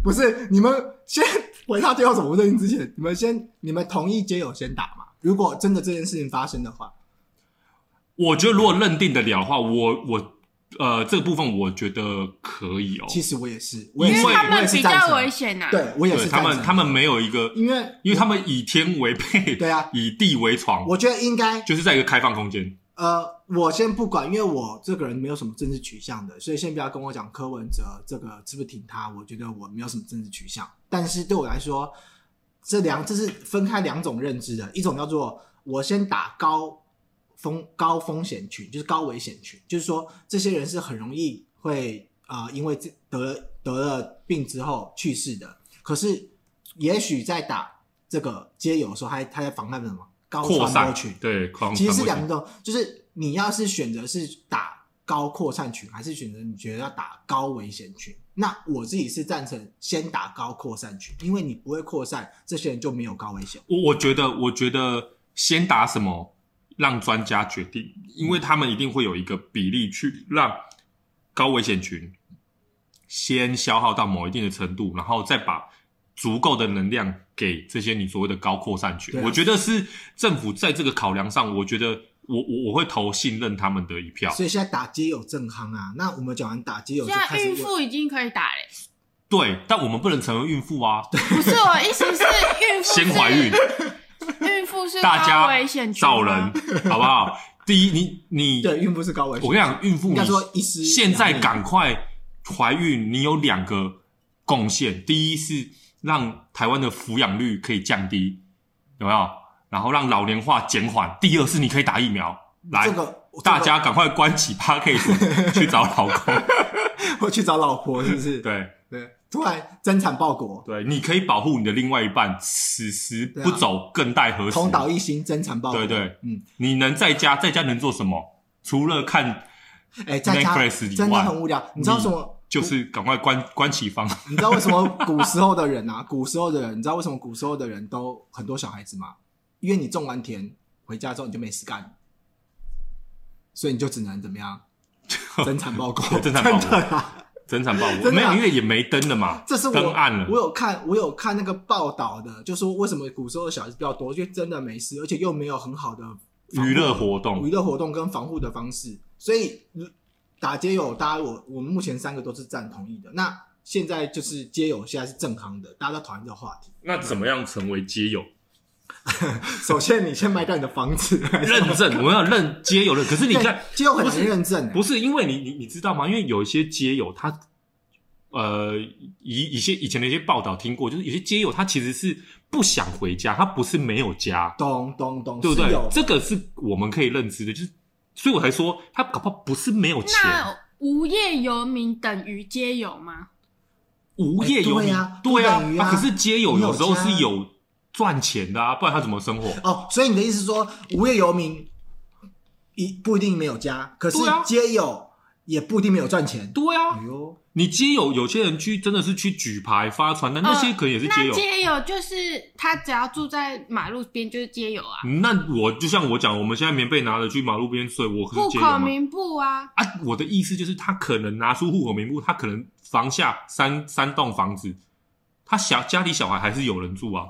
B: 不是，你们先回到最后怎么认定之前，你们先，你们同意街友先打嘛？如果真的这件事情发生的话，
C: 哦我觉得如果认定得了的话，我我呃这个部分我觉得可以哦。
B: 其实我也是，我也
C: 因
B: 是，
C: 为
D: 他
B: 我也
D: 们
B: 是
D: 比
B: 赞
D: 较
B: 成
D: 危险啊呐、
B: 对我也
C: 啊对
B: 是
C: 他
B: 赞
C: 们，
B: 成，
C: 他们没有一个，
B: 因为
C: 因为他们以天为被，
B: 对啊
C: 以地为床，
B: 我觉得应该
C: 就是在一个开放空间。
B: 呃，我先不管，因为我这个人没有什么政治取向的，所以先不要跟我讲柯文哲这个是不是挺他，我觉得我没有什么政治取向。但是对我来说，这两这是分开两种认知的，一种叫做我先打高风高风险群，就是高危险群，就是说这些人是很容易会啊、呃因为这得得了病之后去世的。可是也许在打这个街友的时候，他他在妨碍什么高
C: 扩
B: 传播
C: 散
B: 群？
C: 对，狂
B: 其实是
C: 传
B: 两
C: 播
B: 种，就是你要是选择是打高扩散群，还是选择你觉得要打高危险群？那我自己是赞成先打高扩散群，因为你不会扩散，这些人就没有高危险。
C: 我我觉得，我觉得先打什么让专家决定，因
B: 嗯
C: 为他们一定会有一个比例去让高危险群先消耗到某一定的程度，然后再把足够的能量给这些你所谓的高扩散群。
B: 对啊
C: 我觉得是政府在这个考量上，我觉得我我我会投信任他们的一票。
B: 所以现在打街友正夯啊，那我们讲完打街友就
D: 现
B: 开
D: 在
B: 始
D: 孕
B: 问，
D: 妇已经可以打嘞、
C: 对，但我们不能成为孕妇啊，
D: 不是我意思是孕妇
C: 先怀孕，
D: 是，孕妇是
C: 大
D: 高
C: 家
D: 危险群
C: 造
D: 吗
C: 人，好不好？第一，你你
B: 对，孕妇是高危险。
C: 我跟你，讲，孕妇
B: 应该
C: 你
B: 说医师
C: 现在赶快怀孕，你有两个贡献，第一是让台湾的抚养率可以降低，有没有？然后让老年化减缓。第二是你可以打疫苗，来，
B: 这个
C: 大家赶快关起 p a c k a g e 去找老公。
B: 会去找老婆是不是？
C: 对
B: 对，突然增产报国，
C: 对，你可以保护你的另外一半，此时
B: 对啊
C: 不走更待何时？
B: 同岛一心，增产报国。
C: 对对，
B: 嗯，
C: 你能在家，在家能做什么？除了看，
B: 哎，在家
C: Netflix 以
B: 真的
C: 外嗯
B: 很无聊。你知道什么？
C: 就是赶快关关起房。
B: 你知道为什么古时候的人啊， 古时候的人，你知道为什么古时候的人都很多小孩子吗？因为你种完田回家之后你就没事干，所以你就只能怎么 样？增产报国，
C: 增产报国
B: 真的啊
C: 增产报
B: 真的
C: 国
B: 啊
C: 没有，因为也没灯了嘛，
B: 这是我
C: 灯暗
B: 我
C: 了。
B: 有看，我有看那个报道的，就说为什么古时候的小孩子比较多，因为真的没事，而且又没有很好的
C: 娱乐活动
B: 娱，乐活动跟防护的方式，所以嗯打街友，大家我我们目前三个都是赞同意的。那现在就是街友现在是正行的，大家都讨论这个话题。
C: 那怎么样成为街友？
B: 首先，你先卖掉你的房子。
C: 认 证，我们要认街友认。可是你看，
B: 街友很
C: 不
B: 难
C: 是
B: 认证欸，
C: 不是因为你你你知道吗？因为有一些街友他，呃，以一些以前的一些报道听过，就是有些街友他其实是不想回家，他不是没有家，
B: 懂懂懂，
C: 对不对
B: 是有？
C: 这个是我们可以认知的，就是所以我才说他搞不好不是没有钱，
D: 那无业游民等于街友吗？
C: 无业游民，
B: 哎对啊
C: 对啊
B: 不等于啊
C: 啊可是街友有时候
B: 你
C: 是
B: 有
C: 有赚钱的啊，不然他怎么生活？
B: 哦，所以你的意思是说，无业游民一不一定没有家，可是
C: 对啊
B: 街友也不一定没有赚钱。
C: 对啊
B: 哎，呦，
C: 你街友有些人去真的是去举牌发传单，
D: 呃
C: 那些可能也是街
D: 那
C: 友。
D: 街友就是他只要住在马路边就是街友啊，
C: 那我就像我讲，我们现在棉被拿着去马路边睡，我可
D: 户
C: 是街友
D: 口
C: 吗？
D: 名簿啊，
C: 啊，我的意思就是，他可能拿出户口名簿，他可能房下三三栋房子，他小家里小孩还是有人住啊，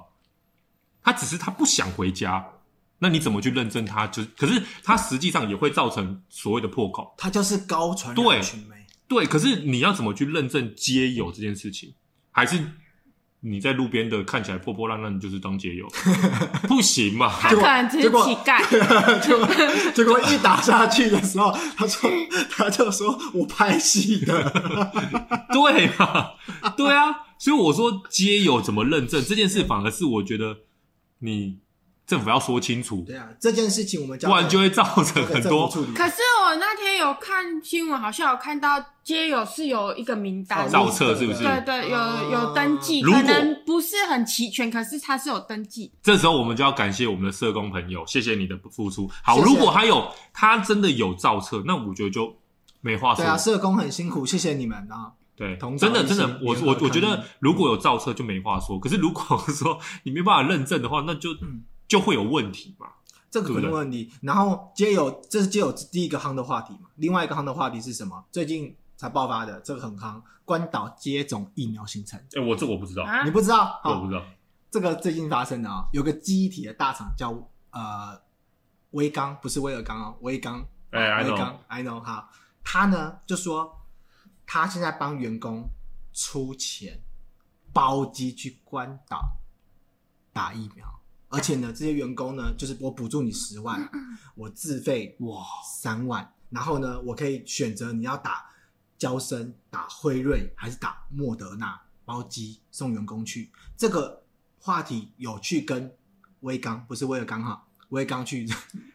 C: 他只是他不想回家，那你怎么去认证他？就是，可是他实际上也会造成所谓的破口，
B: 他就是高传
C: 对
B: 染群 媒。
C: 对。可是你要怎么去认证街友这件事情？还是你在路边的看起来破破烂烂，你就是当街 友，不行嘛？
D: 他可能只是
B: 结果
D: 乞 丐，
B: 结果结果一打下去的时候， 他说他就说我拍戏 的，
C: 对啊，对啊，所以我说街友怎么认证这件事，反而是我觉得你政府要说清楚，
B: 对啊，这件事情我们
C: 不然就会造成很多。
D: 可是我那天有看新闻，好像有看到街友是有一个名单，
C: 造册是不是
D: 哦对对，
B: 哦
D: 有有登记，
C: 如果
D: 可能不是很齐全，可是他是有登记。
C: 这时候我们就要感谢我们的社工朋友，谢谢你的付出。好，
B: 谢谢
C: 如果他有他真的有造册，那我觉得就没话说
B: 对。啊，社工很辛苦，谢谢你们啊。
C: 对
B: 同，
C: 真的
B: 道一
C: 真的
B: 心，
C: 我
B: 联合
C: 我我
B: 抗
C: 觉得
B: 议
C: 如果有造册就没话说，可是如果 说你没办法认证的话，那就
B: 嗯
C: 就会有问题嘛。
B: 这个可能问题。然后街友，这是街友第一个夯的话题嘛？另外一个夯的话题是什么？最近才爆发的，这个很夯，关岛接种疫苗行程，
C: 哎，我这我不知道，
D: 啊
B: 你不知道？
C: 这我不
B: 哦，
C: 知道。
B: 这个最近发生的啊、有个记忆体的大厂叫呃威刚，不是威尔刚哦，威刚，
C: 哎，I
B: 威
C: know
B: 刚，I know 哈，他呢就说他现在帮员工出钱包机去关岛打疫苗。而且呢，这些员工呢，就是我补助你十万，啊我自费
C: 哇，
B: 三万，然后呢，我可以选择你要打交生、打辉瑞还是打莫德纳包机送员工去。这个话题有去跟威刚，不是威尔刚哈，威刚 去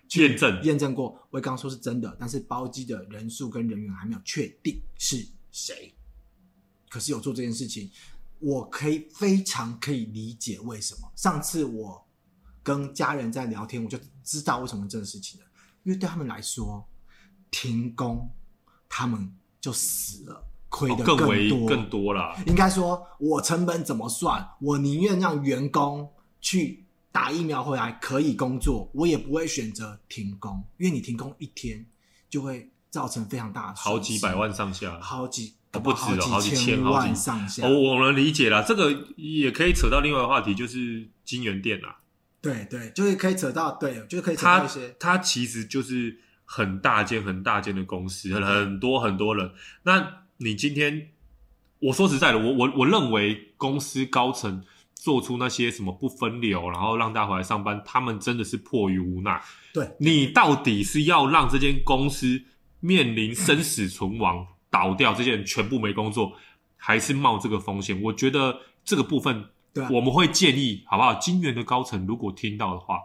B: 去
C: 验证
B: 验证过，威刚说是真的，但是包机的人数跟人员还没有确定是谁，可是有做这件事情。我可以非常可以理解为什么。上次我跟家人在聊天，我就知道为什么这个事情了。因为对他们来说，停工他们就死了，亏的
C: 哦更为
B: 多。
C: 更多啦。
B: 应该说，我成本怎么算？我宁愿让员工去打疫苗回来可以工作，我也不会选择停工，因为你停工一天就会造成非常大的损失
C: 好几百，万上下。
B: 好几
C: 哦不止哦
B: 好
C: 好
B: 几
C: 几千好
B: 万
C: 几
B: 上下。
C: 哦，我能理解啦，这个也可以扯到另外一个话题，就是金源店啊啦，
B: 对对，就是可以扯到，对，就是可以扯到
C: 它
B: 一些，
C: 它其实就是很大间很大间的公司，很很多很多人。那你今天，我说实在的，我我我认为公司高层做出那些什么不分流，然后让大家回来上班，他们真的是迫于无奈。
B: 对，
C: 你到底是要让这间公司面临生死存亡、倒掉，这些人全部没工作，还是冒这个风险？我觉得这个部分，
B: 对啊
C: 我们会建议好不好？金源的高层如果听到的话，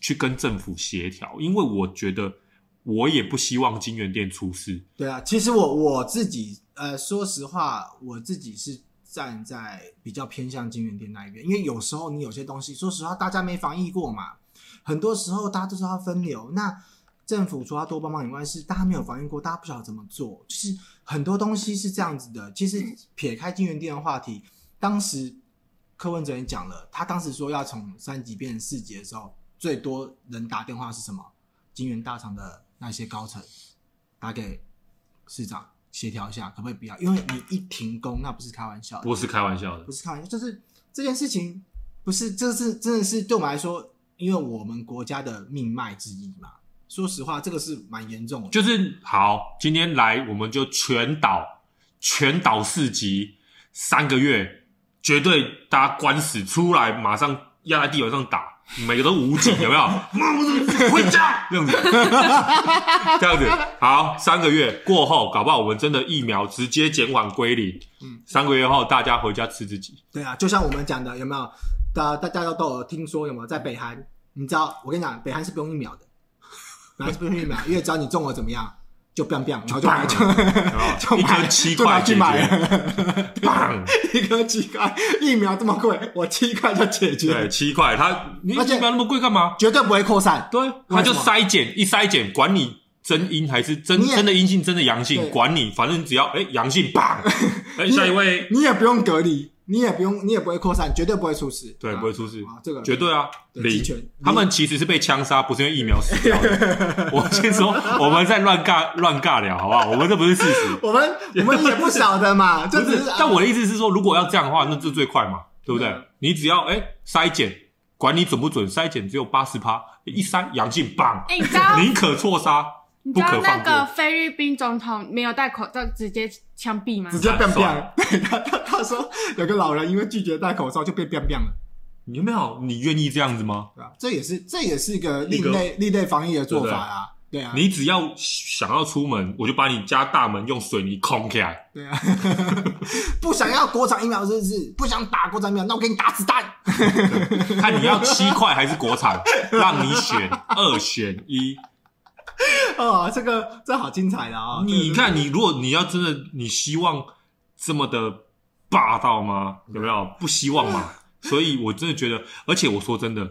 C: 去跟政府协调，因为我觉得我也不希望金源店出事。
B: 对啊，其实我我自己，呃，说实话，我自己是站在比较偏向金源店那一边，因为有时候你有些东西，说实话，大家没防疫过嘛，很多时候大家都知道分流，那政府除了多帮忙以外，是大家没有防疫过，大家不晓得怎么做，就是很多东西是这样子的。其实撇开金源店的话题，当时柯文哲也讲了，他当时说要从三级变成四级的时候，最多人打电话是什么？金源大厂的那些高层打给市长协调一下，可不可以不要？因为你一停工，那不是开玩笑的，
C: 不是开玩笑的
B: 不，是开玩笑，就是这件事情不是，这是真的是对我们来说，因为我们国家的命脉之一嘛。说实话，这个是蛮严重的，
C: 就是好，今天来我们就全岛全岛四级三个月，绝对大家官死出来，马上压在地板上打，每个都武警，有 没有？
B: 回家。
C: 这样 子，这样子，好，三个月过后，搞不好我们真的疫苗直接减缓归零。
B: 嗯
C: 三个月后大家回家吃自己。
B: 对啊，就像我们讲的，有没有？大大家都有听说有没有？在北韩，你知道，我跟你讲，北韩是不用疫苗的，北韩是不用疫苗，因为只要你中了怎么样，就 biang biang，然后就买就
C: 有没有
B: 就
C: 一
B: 买
C: 颗七
B: 就拿
C: 块
B: 去
C: 解
B: 买
C: 决，
B: 了，
C: 棒！
B: 一颗七块，疫苗这么贵，我七块就解
C: 对，
B: 决，
C: 七块，他你疫
B: 而且
C: 苗那么贵干嘛？
B: 绝对不会扩散。
C: 对，啊他就
B: 为什么
C: 筛检，一筛检，管你真阴还是真
B: 你也
C: 真的阴性，真的阳
B: 对
C: 性，管你，反正只要哎阳性， 棒！哎，
B: 也
C: 下一位，
B: 你也不用隔离，你也不用，你也不会扩散，绝对不会出事。
C: 对，
B: 啊
C: 不会出事
B: 啊，这个
C: 绝对啊，
B: 对
C: 零
B: 集权。
C: 他们其实是被枪杀，不是因为疫苗死掉 的。我先说，我们在乱尬乱尬聊，好不好？我们这不是事 实。
B: 我们我们也不晓得嘛，就
C: 不
B: 只
C: 是
B: 是，啊
C: 但我的意思是说，如果要这样的话，那这最快嘛，对不对
B: 嗯？
C: 你只要哎筛检，管你准不准，筛检只有八十趴，一筛阳性，棒，
D: 哎、你知道
C: 宁可错杀，
D: 你
C: 不
D: 知道
C: 可
D: 那
C: 放
D: 个
C: 过。
D: 菲律宾总统没有戴口罩直接枪毙吗
B: 直？接变
C: 算
B: 啊变。 对他他他说有个老人因为拒绝戴口罩就被变变了，
C: 你有没有？你愿意这样子吗？
B: 对吧？这也是这也是一个
C: 一
B: 另
C: 个
B: 类另类防疫的做法啊，对啊，
C: 你只要想要出门，我就把你家大门用水泥空起来。
B: 对啊， 不想要国产疫苗是不是？不想打国产疫苗，那我给你打子弹。
C: 看你要七块还是国产，让你选二选一。
B: 哦，这个这好精彩的啊！
C: 你
B: 这个
C: 看，你如果你要真的，你希望这么的霸道吗？有没有不希望嘛？所以我真的觉得，而且我说真的，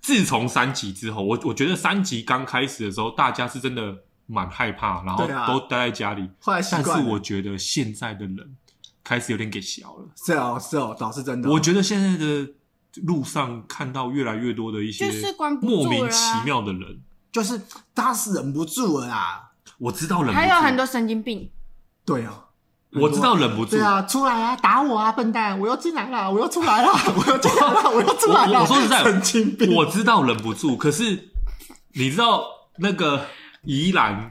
C: 自从三级之后，我我觉得三级刚开始的时候，大家是真的蛮害怕，然后
B: 对啊
C: 都待在家里。
B: 后来习
C: 但是
B: 惯了
C: 我觉得现在的人开始有点给小了。
B: 是哦是哦，倒是真
D: 啊
B: 的哦。
C: 我觉得现在的路上看到越来越多的一些
D: 就是关不住
C: 莫名
D: 了
C: 其
D: 啊
C: 妙的人，
B: 就是他是忍不住了啦。
C: 我知道忍不住，
D: 还有很多神经病，
B: 对啊，
C: 我知道忍不住
B: 对。啊，出来啊，打我啊，笨蛋！我又进来了，我又出来 了，我又进来了，我又出来了。
C: 我我说实在
B: 神经病，
C: 我知道忍不住，可是你知道那个宜兰，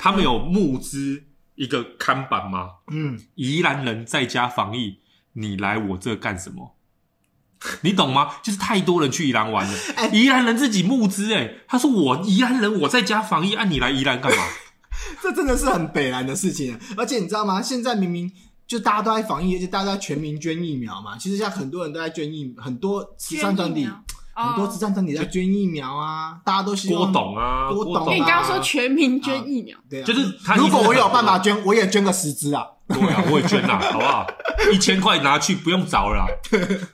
C: 他们有募资一个看板吗？
B: 嗯，
C: 宜兰人在家防疫，你来我这干什么？你懂吗？就是太多人去宜兰玩了，
B: 哎
C: 宜兰人自己募资、哎，他说我宜兰人我在家防疫，按、啊你来宜兰干嘛？
B: 这真的是很北然的事情。啊而且你知道吗？现在明明就大家都在防疫，而且大家全民捐疫苗嘛。其实现在很多人都在捐疫，很多慈善团体，很多慈
D: 哦，
B: 善团体在捐疫苗啊，大家都 希
C: 郭
B: 望。
C: 董啊，
B: 郭董啊
C: 董、
D: 哎你刚刚说全民捐疫苗，
B: 对啊，
C: 就是他
B: 如果我
C: 一直
B: 有
C: 很
B: 办法捐，我也捐个十支啊，
C: 对啊，我也捐 啦，好不好？一千块拿去不用找了
B: 啊
C: 啦，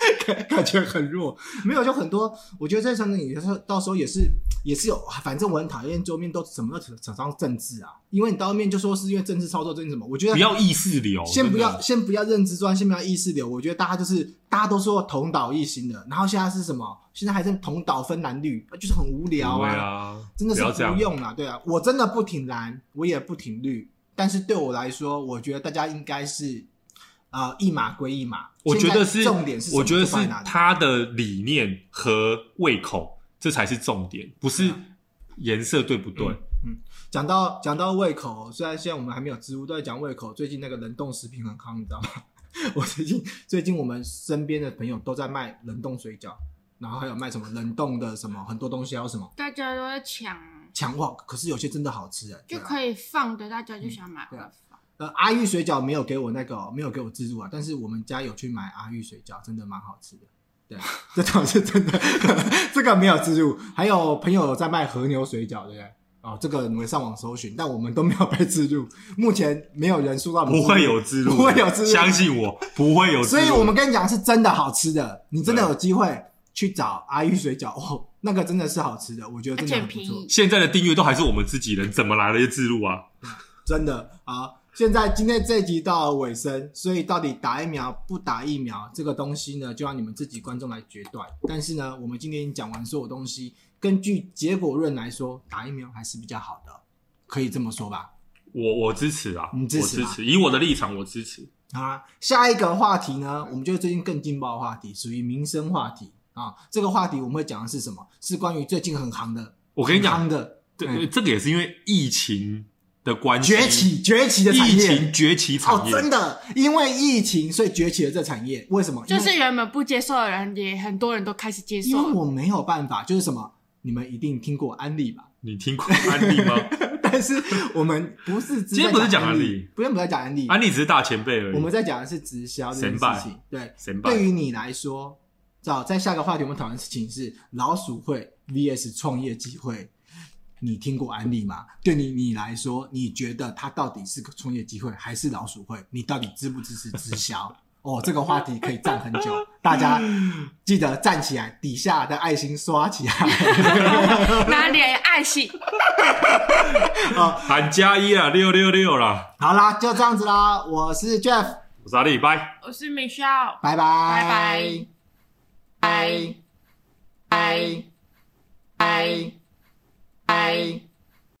B: 感觉很弱。没有，就很多，我觉得在上面也是，到时候也是也是有，反正我很讨厌桌面都什么都扯扯上政治啊，因为你到面就说是因为政治操作，政治什么，我觉得
C: 不要意识流，
B: 先不
C: 真
B: 要，
C: 的
B: 先不要认知专，先不要意识流。我觉得大家就是大家都说同岛一心的，然后现在是什么？现在还在同岛分蓝绿，就是很无聊
C: 对
B: 啊，
C: 啊，
B: 真的是
C: 不要这样
B: 不用啊，对啊，我真的不挺蓝，我也不挺绿，但是对我来说，我觉得大家应该是呃一码归一码。
C: 我觉得
B: 现
C: 是，
B: 在重点是什么，
C: 我觉得
B: 就是放在哪里
C: 他的理念和胃口，这才是重点，不是颜色对不对？
B: 嗯讲到讲到胃口，虽然现在我们还没有植物都在讲胃口，最近那个冷冻食品很夯，你知道吗？ 我最近最近我们身边的朋友都在卖冷冻水饺，然后还有卖什么冷冻的什么很多东西，还有什么
D: 大家都在抢，
B: 强化，可是有些真的好吃哎、对
D: 就
B: 啊
D: 可以放的，大家就想买
B: 对啊
D: 了放。
B: 呃，阿玉水饺没有给我那个哦、没有给我自助啊，但是我们家有去买阿玉水饺，真的蛮好吃的。对，啊这倒是真的， 这个没有自助。还有朋友有在卖和牛水饺，对不对？哦，这个你们上网搜寻，但我们都没有被自助，目前没有人收到我们
C: 不
B: 自
C: 会
B: 助
C: 有之路，
B: 不会有之路
C: 相信我，不会有之
B: 所
C: 路。
B: 以我们跟你讲是真的好吃的，你真的有机会去找阿玉水饺哦，那个真的是好吃的，我觉得真的很
D: 而且
B: 不
D: 便
B: 错
D: 宜，
C: 现在的订阅都还是我们自己人，怎么来的之路啊？
B: 真的好。现在今天这一集到了尾声，所以到底打疫苗不打疫苗这个东西呢，就让你们自己观众来决断。但是呢，我们今天已经讲完所有东西，根据结果论来说，打疫苗还是比较好的，可以这么说吧？
C: 我我支持啊，
B: 你支持
C: 我
B: 啊
C: 支持，以我的立场，我支持。
B: 好啦，下一个话题呢，我们就是最近更劲爆的话题，属于民生话题啊。这个话题我们会讲的是什么？是关于最近很行的
C: 我跟你讲
B: 很夯，的，
C: 对，这个也是因为疫情的关系
B: 崛，起崛起的产
C: 疫
B: 业
C: 情崛起
B: 哦
C: 产，业，
B: 真的，因为疫情所以崛起了这产业，为什么？因
D: 就
B: 为
D: 是原本不接受的人，也很多人都开始接
B: 因为
D: 受了。
B: 我没有办法，就是什么，你们一定听过安利吧？
C: 你听过安利吗？
B: 但是我们不是只
C: 今天不是讲
B: 安
C: 安利，
B: 不用不在讲安利，
C: 安利只是大前辈而已。
B: 我们在讲的是直销这件
C: 神拜
B: 事情。对，
C: 神拜
B: 对于你来说，早在下个话题我们讨论的事情是老鼠会 VS 创业机会。你听过安利吗？对你你来说，你觉得它到底是个创业机会还是老鼠会？你到底支不支持直 销？哦，这个话题可以站很久，大家记得站起来，底下的爱心刷起 来。
D: 哪里爱心？
C: 喊加一啊，六六六啦，
B: 好啦，就这样子啦，我是 Jeff，
C: 我是阿力，拜。
D: 我是 Michelle，
B: 拜拜，
D: 拜拜，
B: 拜，拜，拜，拜。